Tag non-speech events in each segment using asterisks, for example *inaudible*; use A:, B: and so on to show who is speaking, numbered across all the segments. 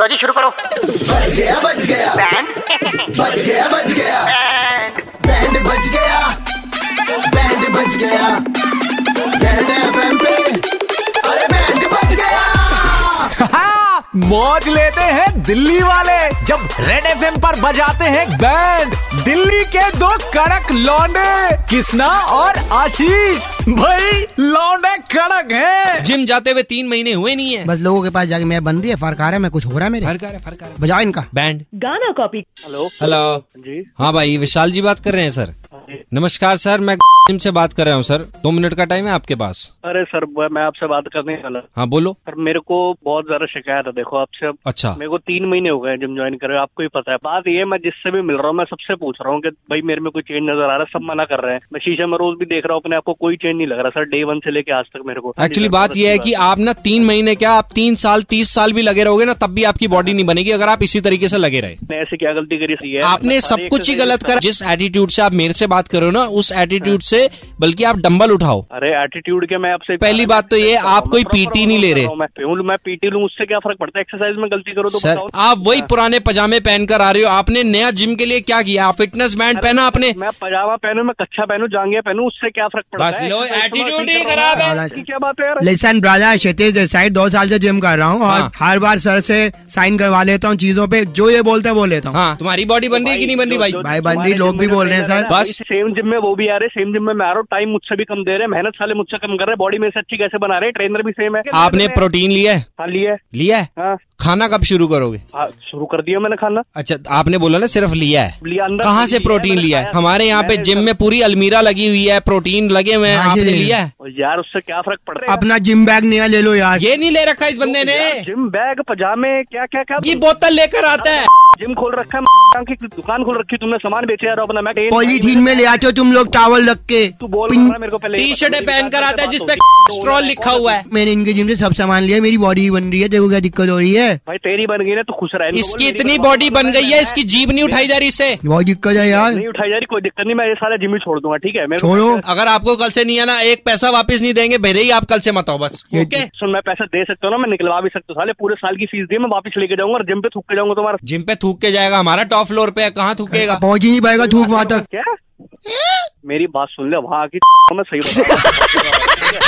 A: लो जी तो शुरू करो
B: बच गया बच गया
A: बैंड
B: बच गया बच गया बैंड बच गया बैंड बच गया बैंड एफएम पे अरे बैंड बच गया
C: हाँ, मौज लेते हैं दिल्ली वाले जब रेड एफ पर बजाते हैं बैंड दिल्ली के दो कड़क लौंडे किसना और आशीष भाई लौंडे कड़क हैं
D: जिम जाते हुए तीन महीने हुए नहीं है
E: बस लोगों के पास जाके मैं बन रही है फरकार है मैं कुछ हो रहा है मेरे
D: फरकार है फरकार है
E: बजाओ इनका
D: बैंड
F: गाना कॉपी
D: हेलो
G: जी हाँ
D: हाँ भाई विशाल जी बात कर रहे हैं सर
G: जी।
D: नमस्कार सर मैं *laughs* जिम से बात कर रहा हूँ सर दो मिनट का टाइम है आपके पास
G: अरे सर ब- मैं आपसे बात करने वाला था।
D: हाँ बोलो
G: सर मेरे को बहुत ज्यादा शिकायत है देखो आपसे अब
D: अच्छा
G: मेरे को तीन महीने हो गए जिम ज्वाइन करे आपको ही पता है बात ये है, मैं जिससे भी मिल रहा हूँ मैं सबसे पूछ रहा हूँ कि भाई मेरे में कोई चेंज नजर आ रहा है सब मना कर रहे हैं मैं शीशे में रोज भी देख रहा हूँ अपने आपको कोई चेंज नहीं लग रहा सर डे वन से लेके आज तक मेरे को
D: एक्चुअली बात यह है कि आप ना तीन महीने क्या आप तीन साल तीस साल भी लगे रहोगे ना तब भी आपकी बॉडी नहीं बनेगी अगर आप इसी तरीके से लगे रहे
G: आपने ऐसी क्या गलती करी थी है?
D: आपने
G: मैं
D: सब
G: सारी
D: कुछ ही
G: exercise
D: गलत
G: करता-
D: करा जिस एटीट्यूड से आप मेरे से बात कर रहे हो ना उस एटीट्यूड से बल्कि आप डंबल उठाओ
G: अरे एटीट्यूड के मैं आपसे
D: पहली बात तो ये,
G: exercise कर रहा हूँ,
D: आप कोई
G: मैं proper
D: PT नहीं ले
G: workout कर
D: रहे।
G: रहा हूँ, मैं पीऊं, मैं पीटी लूं उससे क्या फर्क पड़ता है एक्सरसाइज में गलती करो तो
D: सर
G: बताओ।
D: आप वही पुराने पजामे पहनकर आ रहे हो आपने नया जिम के लिए क्या किया आप फिटनेस बैंड पहना आपने
G: मैं पजामा पहनूं मैं कच्छा पहनूं जांघिया पहनूं उससे क्या फर्क पड़ता
D: बस
G: है
D: लो,
G: Exercise तो मैं
D: attitude
G: ठीक
D: ही
G: कर रहा
D: खराब
G: हूं।
E: है।
G: इसकी क्या बात है यार
E: लेसन ब्राजा क्षितिज देसाई दो साल से जिम कर रहा हूँ और
D: हाँ।
E: हर बार सर से साइन करवा लेता हूँ चीजों पे जो ये बोलते हैं वो लेता हूँ
D: हाँ तुम्हारी बॉडी बन रही है कि नहीं बन रही भाई
G: जो- जो
E: भाई, बन
G: तुम्हारे
E: रही, लोग
G: जिम
E: भी
G: में जो
E: बोल रहे हैं,
G: trainer
E: सर।
G: है ना,
D: बस।
G: वही सेम जिम में वो भी आ रहे सेम जिम में मैं आ रहा हूँ टाइम मुझसे भी कम दे रहे हैं मेहनत साले मुझसे कम कर रहे हैं बॉडी मेरे से अच्छी कैसे बना रहे हैं ट्रेनर भी सेम है
D: आपने प्रोटीन लिया है
G: हाँ लिया है,
D: लिया है
G: हाँ
D: खाना कब शुरू करोगे
G: हाँ, शुरू कर दिया मैंने खाना
D: अच्छा आपने बोला ना सिर्फ लिया है
G: लिया अंदर
D: कहाँ से
G: लिया है,
D: प्रोटीन
G: मैंने
D: लिया है
G: खाया।
D: हमारे यहाँ पे
G: मैंने
D: जिम
G: सब-
D: में पूरी अलमीरा लगी हुई है प्रोटीन लगे हुए हैं
E: हाँ, ये
D: आपने
E: ले लो।
D: लिया है
G: और यार उससे क्या फर्क पड़ रहा है
E: अपना जिम बैग नया ले लो यार
D: ये नहीं ले रखा इस बंदे ने
G: यार, तो जिम बैग पजामे क्या क्या क्या
D: ये बोतल लेकर आता है
G: जिम खोल रखा है की दुकान खोल रखी है, तुमने सामान बेचे यार अपना मैं
E: पॉलीथीन में ले आते हो तुम लोग टावल रख के
G: तू बोल
E: पिन-
G: रहा है मेरे को पहले ये
D: टी
G: बता,
D: शर्टें
G: मेरी
D: पहन
G: बात
D: कर
G: से
D: आता है
G: बात
D: जिसपे
G: होगी। तो
D: स्ट्रॉल
G: मैं
D: लिखा
G: कौन-
D: हुआ है
E: मैंने इनके जिम से सब सामान लिया मेरी बॉडी भी बन रही है देखो क्या दिक्कत हो रही है
G: भाई तेरी बन गई ना तो खुश रहा
D: इसकी इतनी
G: तो
D: बॉडी बन गई है इसकी हाँ। जीभ नहीं उठाई जा रही इससे
E: बहुत दिक्कत है यार
G: नहीं उठाई जा रही कोई दिक्कत नहीं मैं ये सारा जिम ही छोड़ दूंगा ठीक है मेरे को-
E: छोड़ो
D: अगर आपको कल से नहीं आना एक पैसा वापस नहीं देंगे भले ही आप कल से मत आओ बस
E: ये-
D: ओके
G: सुन मैं पैसा दे सकता हूँ ना मैं निकलवा भी सकता हूँ साले पूरे साल की फीस दी है, मैं वापस लेके जाऊंगा और जिम पे थूक के जाऊंगा
D: *laughs*
G: तुम्हारा
D: जिम पे थूक के जाएगा हमारा टॉप फ्लोर पे है कहाँ *laughs* थूकेगा
E: पहुंच ही नहीं पाएगा थूक वहां तक
G: क्या मेरी बात सुन ले वहाँ आके *laughs* मैं सही बता रहा हूँ।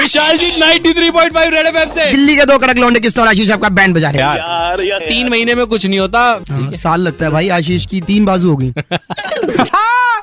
D: Vishal ji 93.5 three point five red F से
E: दिल्ली के दो कड़क लौंडे किस तरह आशीष आपका बैंड बजा रहे हैं
D: यार
G: यार यार
D: तीन महीने में कुछ नहीं होता
E: हाँ, साल लगता है भाई आशीष की तीन बाजू होगी
C: हाँ,